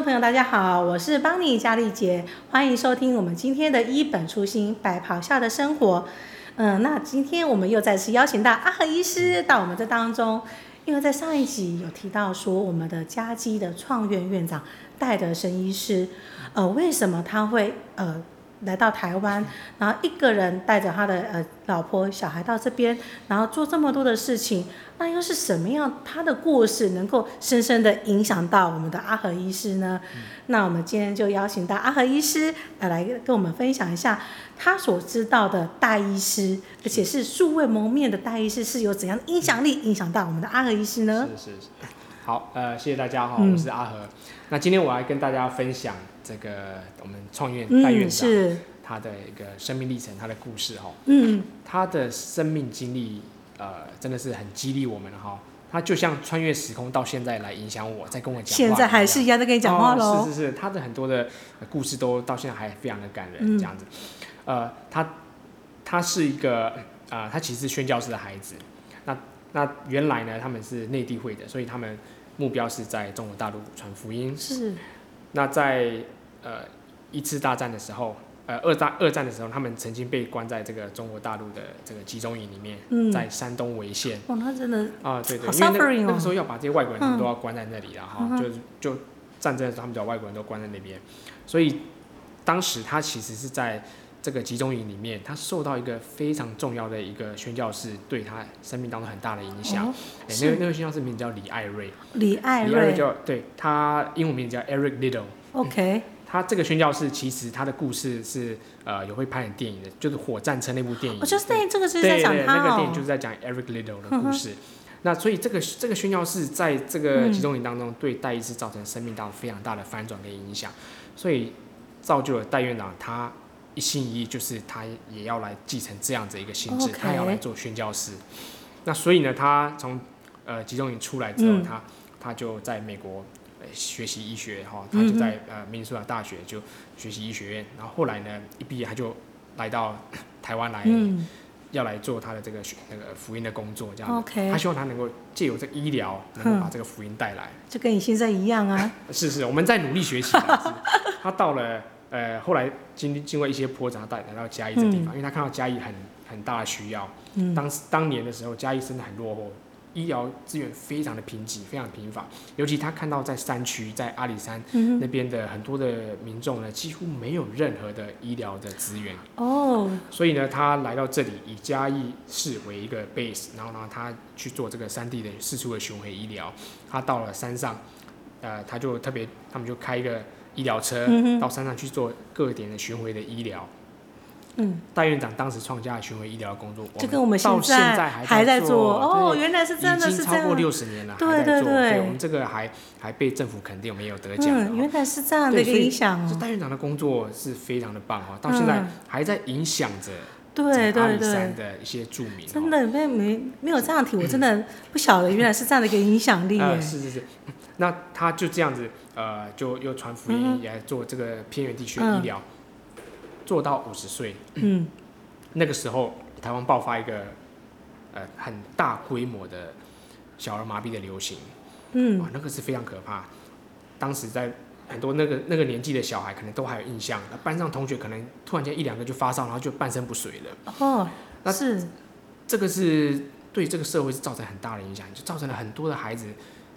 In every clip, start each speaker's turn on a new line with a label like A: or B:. A: 嗯大家好，我是邦尼佳丽姐，欢迎收听我们今天的一本初心白咆哮的生活。嗯，那今天我们又再次邀请到阿和医师到我们这当中，因为在上一集有提到说我们的家基的创院院长戴德生医师，呃，为什么他会呃来到台湾，然后一个人带着他的呃老婆小孩到这边，然后做这么多的事情，那又是什么样他的故事能够深深的影响到我们的阿和医师呢？那我们今天就邀请到阿和医师呃来跟我们分享一下他所知道的大医师，而且是素未谋面的大医师是有怎样的影响力影响到我们的阿和医师呢？
B: 是是是。好，呃，谢谢大家哈，
A: 嗯
B: 我是阿和。那今天我来跟大家分享这个我们创院戴院
A: 嗯，
B: 长、
A: 是，
B: 他的一个生命历程，他的故事哈，
A: 嗯
B: 他的生命经历，呃，真的是很激励我们哈。他就像穿越时空到现在来影响我，在跟我讲话一
A: 现
B: 样。
A: 在还是一样在跟你讲话喽、
B: 哦。是是是，他的很多的呃故事都到现在还非常的感人，
A: 嗯
B: 这样子。呃，他他是一个呃，他其实是宣教师的孩子。那那原来呢，他们是内地会的，所以他们目标是在中国大陆传福音。
A: 是，
B: 那在呃一次大战的时候，呃二战二战的时候，他们曾经被关在这个中国大陆的这个集中营里面，
A: 嗯，
B: 在山东潍县。
A: 哇，那真的，
B: 啊，对对，
A: 好
B: 因为那个
A: suffering 哦
B: 那个时候要把这些外国人他
A: 嗯
B: 们都要关在那里了哈、
A: 嗯哼
B: 就是就战争的时候，他们把外国人都关在那边，所以当时他其实是在这个集中营里面，他受到一个非常重要的一个宣教士对他生命当中很大的影响。
A: 哦，
B: 诶
A: 是
B: 那个那个宣教士名字叫李艾瑞，
A: 李艾
B: 李艾瑞
A: 瑞
B: 叫对他英文名字叫 Eric Little。
A: ，OK，
B: 他这个宣教士其实他的故事是呃有会拍成电影的，就是《火战车》那部电影。
A: 我哦就是
B: 嗯对
A: 那这个就是
B: 对
A: 在
B: 对，
A: 讲他
B: 那个电
A: 哦
B: 影，就是在讲 Eric Little 的
A: 嗯
B: 故
A: 哼
B: 事。那所以这个这个宣教士在这个
A: 嗯
B: 集中营当中，对戴医师造成生命当中非常大的翻转跟影响，所以造就了戴院长他一心一意，就是他也要来继承这样子一个心智
A: OK
B: 他要来做宣教师。那所以呢，他从呃集中营出来之后，
A: 嗯
B: 他他就在美国。呃学习医学哈，他
A: 嗯
B: 就在呃明尼苏达大学就学习医学院，然后后来呢一毕业他就来到 台湾来
A: 嗯
B: 要来做他的这个学那个福音的工作，这样子。
A: 哦，OK，
B: 他希望他能够借由这个医疗，能够把这个福音带来。
A: 就跟你现在一样 啊，
B: 是是，我们在努力学习啊。是他到了呃，后来经经过一些波折，他带来到嘉义这地方，因为他看到嘉义很很大的需要。
A: 嗯
B: 当时当年的时候，嘉义真的很落后，医疗资源非常的贫瘠，非常贫乏。尤其他看到在山区，在阿里山
A: 嗯
B: 那边的很多的民众呢，几乎没有任何的医疗的资源。
A: 哼，哦，
B: 所以呢，他来到这里以嘉义市为一个 base，然后呢，他去做这个山地的四处的巡回医疗。他到了山上，呃，他就特别，他们就开一个医疗车、
A: 嗯哼
B: 到山上去做各点的巡回的医疗。
A: 嗯，
B: 戴院长当时创下了巡回医疗的工作，
A: 就跟我们
B: 到现
A: 在
B: 还
A: 还
B: 在
A: 在做，哦，
B: 对
A: 原来是真的
B: 已
A: 是
B: 经
A: 这
B: 超过
A: 样，
B: 六十年了，
A: 对
B: 还在
A: 对
B: 做。
A: 对
B: 我们这个还还被政府肯定，我们也有得奖的哦、
A: 嗯，原来是这样的
B: 对
A: 一个
B: 所以
A: 影响
B: 这
A: 哦，
B: 戴院长的工作是非常的棒哈、到现在
A: 嗯
B: 还在影响着
A: 对
B: 整个阿
A: 对
B: 里山
A: 对。
B: 的一些著名、哦，
A: 真的没没没有这样提，我真的不晓得原来是这样的一个影响力耶
B: 嗯呃，。是是是，那他就这样子，呃，就又传福
A: 嗯
B: 音，
A: 哼
B: 也来做这个偏远地区的
A: 嗯
B: 医疗，做到五十岁
A: 嗯，
B: 那个时候，台湾爆发一个呃很大规模的小儿麻痹的流行，
A: 嗯
B: 哇，那个是非常可怕。当时在很多那个那个年纪的小孩，可能都还有印象，那班上同学可能突然间一两个就发烧，然后就半身不遂了。
A: 哦，
B: 那
A: 是
B: 这个是对这个社会是造成很大的影响，就造成了很多的孩子，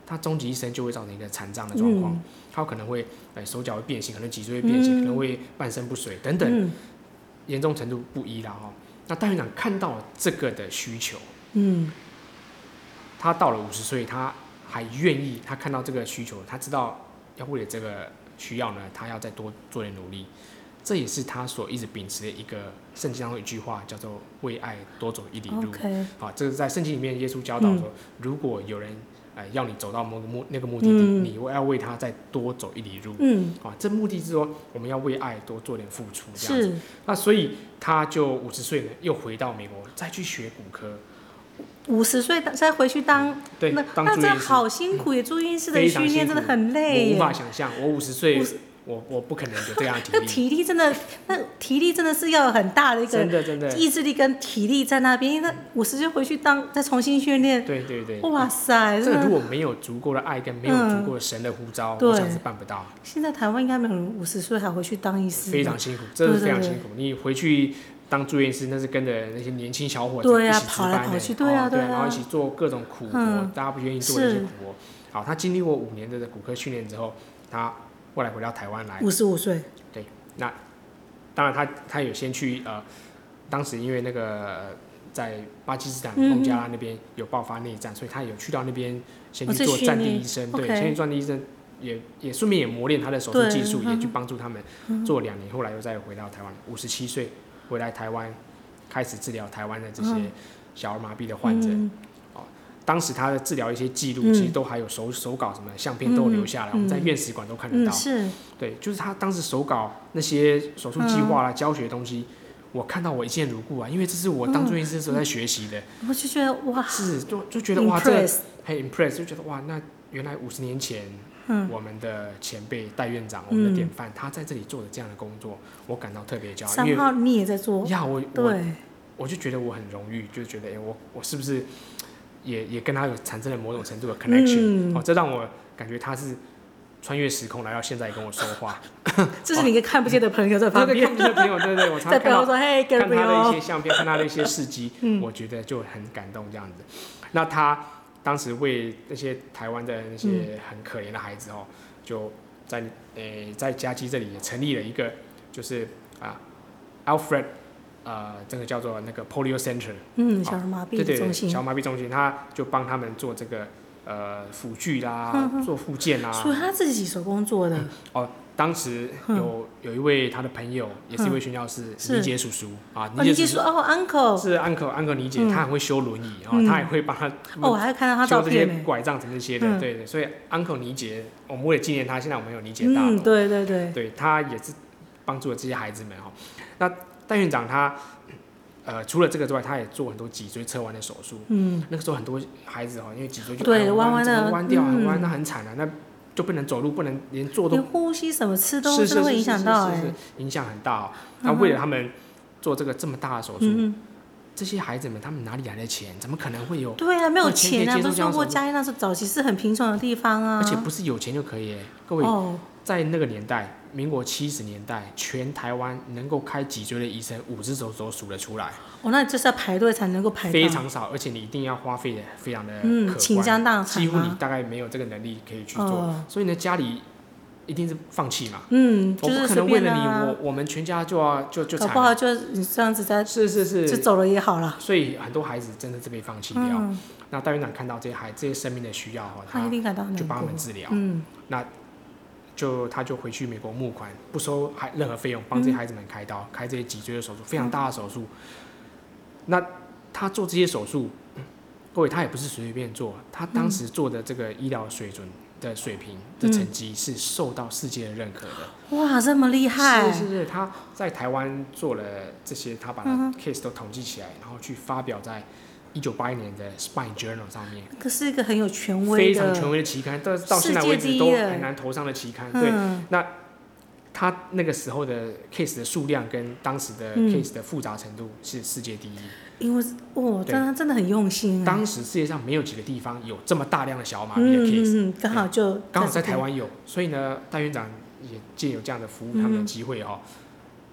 B: 他终其一生就会造成一个残障的状况，
A: 嗯
B: 他有可能会呃手脚会变形，可能脊椎会变
A: 嗯
B: 形，可能会半身不遂等等，
A: 嗯
B: 严重程度不一啦哦。那大院长看到这个的需求，
A: 嗯
B: 他到了五十岁，他还愿意，他看到这个需求，他知道要为了这个需要呢，他要再多做点努力。这也是他所一直秉持的一个圣经当中一句话，叫做“为爱多走一里路”。
A: ，OK，
B: 啊，这个在圣经里面，耶稣教导
A: 嗯
B: 说，如果有人呃要你走到某个目那个目的地，
A: 嗯
B: 你要为他再多走一里路。
A: 嗯，
B: 啊，这目的是说我们要为爱多做点付出，这样子。
A: 是
B: 那所以他就五十岁了，又回到美国，再去学骨科，
A: 五十岁的再回去当
B: 对
A: 那，
B: 当
A: 那
B: 住
A: 这
B: 院医师。嗯
A: 好辛苦耶，住院医师的
B: 非常
A: 训练真
B: 辛
A: 的
B: 苦
A: 很累
B: 我无
A: 耶。
B: 法想象，我五十岁
A: 五十
B: 我我不可能有这 样的体
A: 那
B: 力，
A: 体力真的，那体力真的是要有很大的一
B: 真
A: 个
B: 的真的，
A: 意志力跟体力在那边。那五十岁回去当再重新训练，
B: 对对对，
A: 哇塞，
B: 这
A: 真
B: 个如
A: 哦的！嗯
B: 果没有足够的爱跟没有足够的神的呼召，
A: 对
B: 我想是办不到，
A: 现在台湾应该没有人五十岁还回去当医师，
B: 非常辛苦，真的是
A: 对对
B: 非常
A: 对
B: 辛苦。你回去当住院师，那是跟着那些年轻小伙子
A: 对
B: 一
A: 啊
B: 起值
A: 跑来
B: 班
A: 跑
B: 的，
A: 去
B: 哦
A: 对啊
B: 对
A: 对啊
B: 然后一起做各种苦活
A: 嗯，
B: 大家不愿意做的一些
A: 是
B: 苦活。好，他经历过五年的骨科训练之后，他后来回到台湾来，
A: 五十五岁，
B: 当然他他有先去呃，当时因为那个。在巴基斯坦
A: 嗯嗯
B: 孟加拉那边有爆发内战，所以他有去到那边先
A: 哦
B: 去
A: 去
B: 做
A: 训
B: 战地
A: 练
B: 医生，对，
A: OK
B: 先去战地医生也也顺便也磨练他的手术
A: 对
B: 技术，也
A: 嗯
B: 去帮助他们做两年，后来又再回到台湾，五十七岁回来台湾开始治疗台湾的这些小儿麻痹的患者。
A: 嗯
B: 当时他的治疗一些记录，
A: 嗯
B: 其实都还有手手稿什么的相片都有留下
A: 嗯
B: 来，
A: 嗯
B: 我们在院史馆都看得
A: 嗯
B: 到。
A: 是，
B: 对，就是他当时手稿那些手术计
A: 嗯
B: 划啦、教学的东西，我看到我一见如故啊，因为这是我
A: 嗯
B: 当住院医师的时候在学习的，
A: 我就觉得哇
B: 是就就觉得哇，这
A: ，impress，
B: 很 impress，就觉得哇，那原来五十年前
A: 嗯，
B: 我们的前辈戴院长，我们的
A: 嗯
B: 典范，他在这里做的这样的工作，我感到特别骄傲，
A: 三
B: 因为
A: 号你也在做，
B: 呀，我我
A: 对，
B: 我就觉得我很荣誉，就觉得哎、诶我我是不是也也跟他有产生了某种程度的 connection？、
A: 嗯
B: 哦，这让我感觉他是穿越时空来到现在跟我说话。
A: 这是你一个看不见的朋友在
B: 对
A: 旁
B: 对，
A: 边
B: 看，不见的朋友，对对，我常
A: 在
B: 常
A: 背
B: 哦看
A: 后
B: 到
A: 说嘿
B: 看他的一
A: ，Gabriel，
B: 些相片，看他的一些事迹，
A: 嗯
B: 我觉得就很感动这样子。那他当时为那些台湾的那些很可怜的孩子哦，就在诶、在嘉基这里也成立了一个，就是啊，Alfred，呃，这个叫做那个 Polio Center，
A: 嗯，小儿麻痹
B: 对
A: 的
B: 对
A: 中
B: 对，
A: 心，
B: 小麻痹中心，他就帮他们做这个呃辅具啦，
A: 嗯嗯
B: 做复健啊啦，
A: 所以他自己手工做
B: 嗯
A: 的，
B: 当时有有一位他的朋友，也是一位宣教师，
A: 是
B: 倪杰叔叔啊，
A: 哦，你
B: 杰
A: 记
B: 叔
A: 住哦，uncle，
B: 是 uncle uncle 倪杰，
A: 嗯
B: 他很会修轮椅啊
A: 嗯，
B: 他也会帮他
A: 哦，我还有看到他照
B: 修这些
A: 片呢，
B: 拐杖什么那些的，
A: 嗯
B: 对对，所以 uncle 倪杰，我们为了纪念他，现在我们有倪杰大
A: 嗯，
B: 楼，
A: 对对对，
B: 对他也是帮助了这些孩子们哈。那戴院长他呃除了这个之外，他也做很多脊椎侧弯的手术，
A: 嗯，
B: 那个时候很多孩子哈，因为脊椎就
A: 对
B: 哎呀
A: 弯
B: 弯
A: 弯的
B: 整个弯掉，很弯，
A: 嗯
B: 那很惨啊，那就不能走路，不能连坐都
A: 连呼吸什么吃
B: 是
A: 都
B: 是
A: 真的
B: 是
A: 会影
B: 是
A: 响
B: 是
A: 到
B: 是
A: 哎
B: 是，影响很大、哦。
A: 嗯
B: 那
A: 哼
B: 为了他们做这个这么大的手术，
A: 嗯嗯，
B: 这些孩子们他们哪里来的钱？怎么可能会有？
A: 对啊，没有
B: 以前可以
A: 钱啊，
B: 哦接
A: 不
B: 受
A: 是
B: 这样
A: 说
B: 的
A: 过
B: 手术
A: 嘉义那时候早期是很贫穷的地方啊，
B: 而且不是有钱就可以耶。各位，
A: 哦，
B: 在那个年代，民国七十年代，全台湾能够开脊椎的医生，五只手指都数得出来，
A: 哦，那就是要排队才能够排到，
B: 非常少，而且你一定要花费的非常的
A: 嗯，
B: 可
A: 倾
B: 观，
A: 家荡产
B: 几乎你
A: 啊，
B: 大概没有这个能力可以去做，
A: 哦
B: 所以呢，家里一定是放弃嘛。
A: 嗯，
B: 我
A: 就
B: 不
A: 是
B: 可
A: 随
B: 能为
A: 便
B: 了你，
A: 啊，
B: 我我们全家就要就就
A: 搞
B: 惨
A: 不
B: 了。
A: 好就是你这样子在
B: 是是是，
A: 就走了也好了，
B: 所以很多孩子真的是啊被放弃掉。
A: 嗯，
B: 那大院长看到这些孩这些生命的需要哈，
A: 他一
B: 他
A: 定感到很
B: 就
A: 难
B: 帮他
A: 过
B: 们，治疗，
A: 嗯，
B: 就他就回去美国募款，不收还任何费用，帮这些孩子们开刀，
A: 嗯
B: 开这些脊椎的手术，非常大的手术。那他做这些手术，嗯各位他也不是随随便做，他当时做的这个医疗水准的水平的
A: 嗯
B: 成绩是受到世界的认可的。
A: 哇，这么厉害，
B: 是是是，他在台湾做了这些，他把他
A: 嗯
B: case 都统计起来，然后去发表在一九八一年的 Spine Journal 上面，
A: 可是一个很有权威
B: 非常
A: 的，
B: 权威的期刊，但是到
A: 世
B: 现在
A: 界
B: 为
A: 第
B: 止
A: 一
B: 都
A: 的
B: 很难投上的期刊。对，
A: 嗯，
B: 他那个时候的 case 的数量跟当时的
A: 嗯
B: case 的复杂程度是世界第一。
A: 因为哦，
B: 对
A: 真的真的很用心啊，
B: 当时世界上没有几个地方有这么大量的小儿麻痹的
A: 嗯
B: case，
A: 嗯嗯，刚好就
B: 刚好在
A: 这边
B: 台湾有，所以呢，戴院长也借有这样的服务他们的机会哦，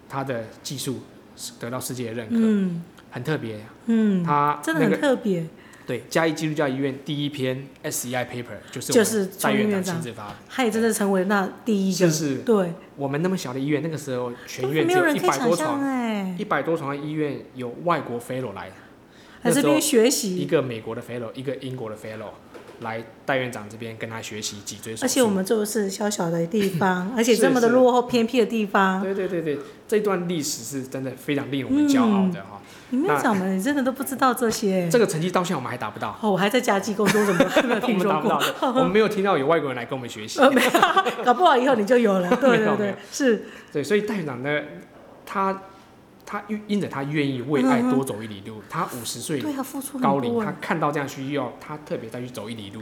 B: 他的技术是得到世界的认可，
A: 嗯
B: 很特别。
A: 嗯，
B: 他
A: 真的
B: 那
A: 很
B: 个
A: 特别，
B: 对嘉义基督教医院第一篇 SCI paper 就是
A: 就
B: 我
A: 是
B: 们戴院
A: 庄院
B: 长
A: 长
B: 亲自发的，
A: 他也真的成为那第一
B: 是
A: 个，
B: 是，
A: 对，
B: 我们那么小的医院，那个时候全院
A: 没有
B: 只有
A: 人
B: 一
A: 可以
B: 百
A: 想
B: 多
A: 象
B: 床，
A: 哎，
B: 一百多床的医院有外国 fellow 来
A: 来
B: 的，那
A: 这
B: 时候
A: 边学
B: 一
A: 习，
B: 个美国的 fellow，一个英国的 fellow 来戴院长这边跟他学习脊椎手
A: 而且我
B: 术。
A: 们就是小小的地 方，而且
B: 是
A: 这么的
B: 是
A: 落后偏僻的地方，
B: 对对对对，这段历史是真的非常令我们骄傲的哈、
A: 你没有讲嘛，你真的都不知道这些。
B: 这个成绩到现在我们还达不到，
A: 哦，我还在家机工作，怎么 还没有
B: 我
A: 听
B: 们
A: 说
B: 达不到
A: 过？
B: 的，我们没有听到有外国人来跟我们学习。
A: 呃，没有，搞不好以后你就有了。对
B: 没有
A: 对
B: 没有
A: 对，是，
B: 对，所以戴院长呢，他他因因着他愿意为爱多走一里路，他五十岁
A: 对啊，付出
B: 高
A: 很
B: 龄，
A: 多
B: 他
A: 哎。
B: 看到这样需要，他特别再去走一里路，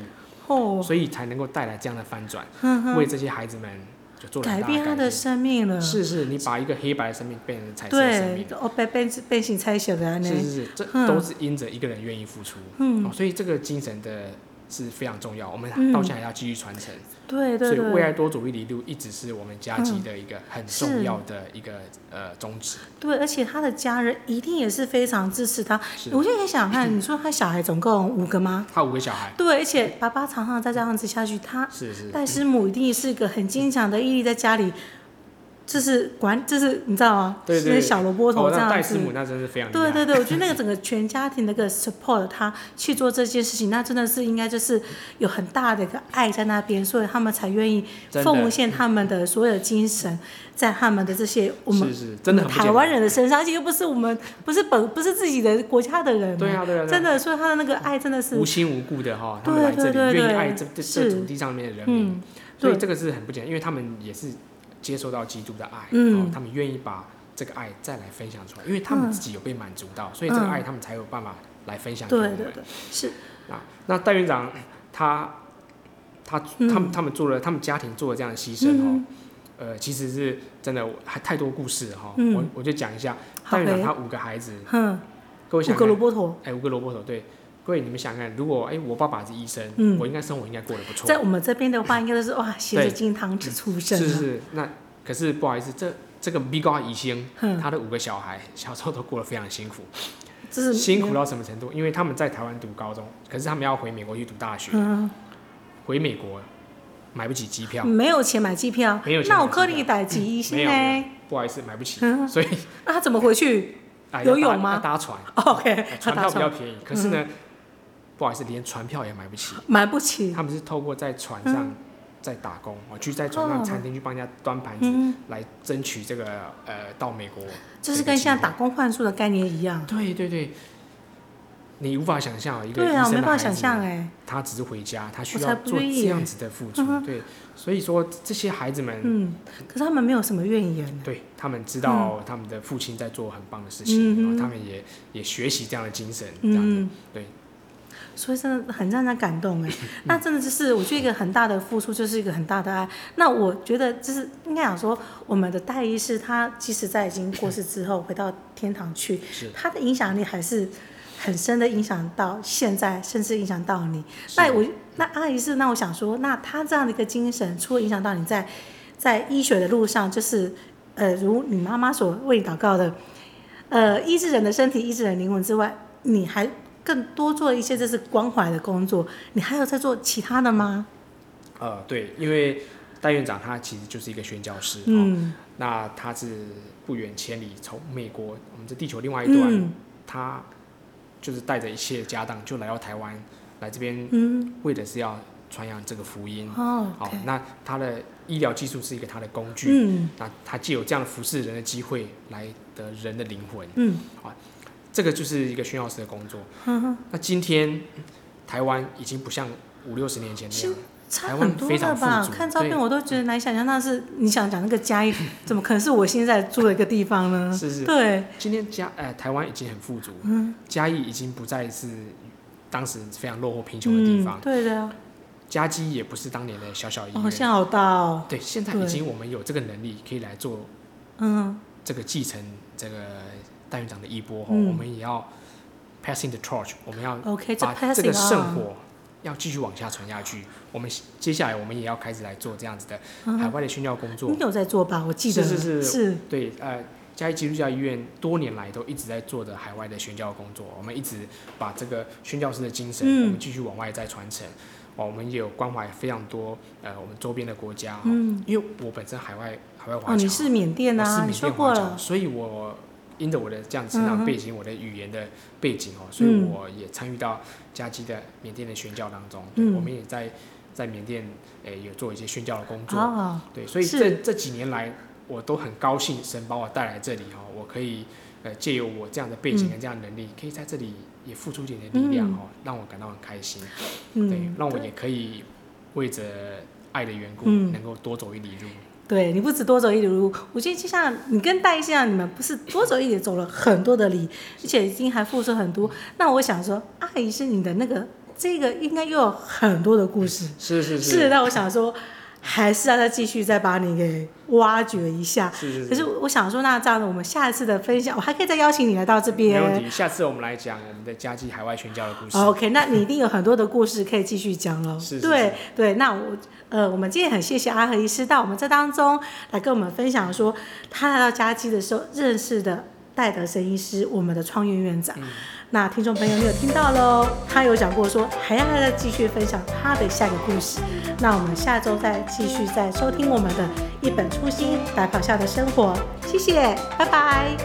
A: 哦，
B: 所以才能够带来这样的翻转，
A: 哼哼，
B: 为这些孩子们就做了很
A: 嗯改
B: 大的
A: 变他的生命了。
B: 是是，你把一个黑白的生命变成彩色的生
A: 对
B: 命，，
A: 哦，被被被性拆写的呢
B: 是，是是，这
A: 嗯
B: 都是因着一个人愿意付出，
A: 嗯
B: 哦，所以这个精神的是非常重要，我们
A: 嗯
B: 到现在还要继续传承，
A: 对对嗯
B: 所以为
A: 对，
B: 爱多主义理路一直是我们家基的一个很重
A: 是
B: 要的一个呃宗旨，
A: 对，而且他的家人一定也是非常支持他。
B: 是
A: 我现在想想看，你说他小孩总共五个吗？
B: 他五个小孩，
A: 对，而且爸爸常常再这样子下去，他
B: 是是，
A: 戴师母一定是一个很坚强的毅力，在家里，这是管，这是你知道吗？
B: 对对
A: 那个小萝卜头
B: 哦，
A: 这
B: 那戴
A: 样
B: 师
A: 子。
B: 母那真是非常厉
A: 对
B: 害，
A: 对对，我觉得那个整个全家庭的一个 support 他去做这件事情，那真的是应该就是有很大的一个爱在那边，所以他们才愿意
B: 真的
A: 奉献他们的所有的精神，在他们的这些我们
B: 是是，真的很不
A: 台
B: 简
A: 湾
B: 单，
A: 人的身上，而且又不是我们不是本不是自己的国家的人，
B: 对啊对啊，对啊
A: 真的，所以他的那个爱真的是
B: 无亲无故的哈，他
A: 对
B: 们来这
A: 对对
B: 里愿意
A: 对
B: 爱这这这
A: 是
B: 土地上面的人民，
A: 嗯，
B: 所以
A: 对
B: 这个是很不简单，因为他们也是接受到基督的爱，
A: 嗯
B: 哦他们愿意把这个爱再来分享出来，因为他们
A: 嗯
B: 自己有被满足到，所以这个
A: 嗯
B: 爱他们才有办法来分享给我
A: 对
B: 们。
A: 对对，是
B: 啊，那戴院长他他
A: 嗯
B: 他们他们做了，他们家庭做了这样的牺牲哦，
A: 嗯，
B: 呃，其实是真的还太多故事了哈、
A: 嗯
B: 我我就讲一下，
A: 好
B: 戴院长
A: 嘞，
B: 他五个孩子，
A: 嗯，
B: 各位
A: 五
B: 想
A: 个
B: 看
A: 萝卜头。
B: 哎、五个萝卜头，对，各位你们想看，如果哎、我爸爸是医生，
A: 嗯
B: 我应该生活应该过得不错，
A: 在我们这边的话，应该都是哇，斜着
B: 对
A: 金汤匙出啊生
B: 是
A: 的，
B: 是，那可是不好意思，这这个 Big 高医生，
A: 哼，
B: 他的五个小孩小时候都过得非常辛苦，
A: 这是
B: 辛苦到什么程度？因为他们在台湾读高中，可是他们要回美国去读大学，
A: 嗯，
B: 回美国买不起机票，
A: 没有钱买机票，
B: 没有钱买机票
A: 那我克里逮吉一星
B: 没有没
A: 呢？
B: 不好意思买不起，
A: 嗯
B: 所以
A: 那他怎么回去
B: 哎
A: 游
B: 要搭
A: 泳吗
B: 要搭船，
A: ？OK，他嗯
B: 船
A: 打
B: 票比较
A: 算
B: 便宜，可是呢，不好意思，连船票也买不起，
A: 买不起，
B: 他们是透过在船上在打工，我去在船上
A: 嗯哦
B: 餐厅去帮人家端盘子，
A: 嗯，
B: 来争取这个呃到美国
A: 就是跟
B: 这个机会
A: 现在打工换宿的概念一样，
B: 对对对，你无法想象一个医
A: 对啊，我
B: 生
A: 没
B: 的孩
A: 办法
B: 子
A: 想象哎，
B: 他只是回家，他需
A: 我
B: 要
A: 才不
B: 做
A: 愿意
B: 这样子的付出
A: 嗯。哼
B: 对，所以说这些孩子们，
A: 嗯，可是他们没有什么怨言，欸
B: 对他们知道他们的父亲在做很棒的
A: 嗯
B: 事情，
A: 哼
B: 然后他们也也学习这样的精神，这样子。
A: 嗯，
B: 对，
A: 所以真的很让人感 动哎。那真的就是，我觉得一个很大的付出就是一个很大的爱。那我觉得就是应该讲说，我们的戴医师他即使在已经过世之后回到天堂去
B: 是，
A: 他的影响力还是很深的影响到现在，甚至影响到你。
B: 是
A: 那我那阿姨是，那我想说，那她这样的一个精神，除了影响到你在在医学的路上，就是呃，如你妈妈所为你祷告的，呃，医治人的身体、医治人的灵魂之外，你还更多做一些就是关怀的工作，你还有在做其他的吗？
B: 呃，对，因为戴院长他其实就是一个宣教师，哦，
A: 嗯，
B: 那他是不远千里从美国，我们这地球另外一端，
A: 嗯
B: 他就是带着一切家当就来到台湾，来这边
A: 嗯，
B: 为的是要传扬这个福音。
A: 哦
B: 嗯好、
A: ，OK，
B: 那他的医疗技术是一个他的工具，
A: 嗯
B: 那他既有这样服侍人的机会，来得人的灵魂，
A: 嗯
B: 这个就是一个宣教师的工作。
A: 哼嗯哼，
B: 那今天台湾已经不像五六十年前那样了，
A: 差
B: 台湾
A: 很多
B: 非
A: 了
B: 常
A: 吧
B: 富？足
A: 看照片
B: 对
A: 我都觉得难以想象，那是你想讲那个嘉义，怎么可能是我现在住的一个地方呢？
B: 是是，
A: 对，
B: 今天嘉呃台湾已经很富足，
A: 嗯
B: 嘉义已经不再是当时非常落后贫穷的地
A: 嗯，
B: 方，
A: 对的，
B: 嘉基也不是当年的小小医
A: 哦，现
B: 院。
A: 在好大哦，
B: 对，现在
A: 对
B: 已经我们有这个能力可以来做
A: 嗯，
B: 这个继承这个戴院长的衣钵哦，
A: 嗯
B: 我们也要 passing the torch，我们要
A: OK，这
B: 把这个
A: passing
B: 圣
A: 啊
B: 火要继续往下传下去。我们接下来我们也要开始来做这样子的
A: 嗯
B: 海外的宣教工作
A: 你。有在做吧？我记得
B: 是是是
A: 是
B: 对，呃，嘉义基督教医院多年来都一直在做的海外的宣教工作，我们一直把这个宣教师的精神，
A: 嗯
B: 我们继续往外再传承。哦，我们也有关怀非常多呃我们周边的国家，
A: 嗯，
B: 因为我本身海外海外华侨、
A: 哦，你是缅甸
B: 我
A: 啊，
B: 是
A: 你
B: 缅
A: 说
B: 甸
A: 过
B: 华
A: 了
B: 侨，，所以我因着我的这样成
A: 嗯哼
B: 长背景，我的语言的背景哦，所以
A: 嗯
B: 我也参与到家基的缅甸的宣教当中，
A: 嗯
B: 对我们也在在缅甸诶、有做一些宣教的工作，
A: 哦，
B: 对，所以
A: 是
B: 这这几年来，我都很高兴神把我带来这里哦，我可以呃借由我这样的背
A: 嗯
B: 景跟这样的能力，可以在这里也付出一点点力量哦，让我感到很开心，对
A: 嗯，，
B: 让我也可以为着爱的缘故，
A: 嗯
B: 能够多走一里路。
A: 对你不止多走一里路，我觉得就像你跟戴一样，你们不是多走一里，走了很多的里，而且已经还付出很多。那我想说，啊阿姨是你的那个这个应该又有很多的故事，
B: 是是
A: 是让我想说，还是要再继续再把你给挖掘一下。
B: 是是是。
A: 可是我想说，那这样子，我们下一次的分享，我还可以再邀请你来到这边。
B: 没问题。下次我们来讲我们的家计海外宣教的故事。
A: OK，那你一定有很多的故事可以继续讲喽。
B: 是是
A: 对
B: 是
A: 对，那我呃，我们今天很谢谢阿和医师到我们这当中来跟我们分享说，他来到家基的时候认识的戴德森医师，我们的创院院
B: 嗯
A: 长。那听众朋友，你有听到喽？他有讲过说，还要再继续分享他的下一个故事。那我们下周再继续再收听我们的一本初心白袍下的生活。谢谢，拜拜。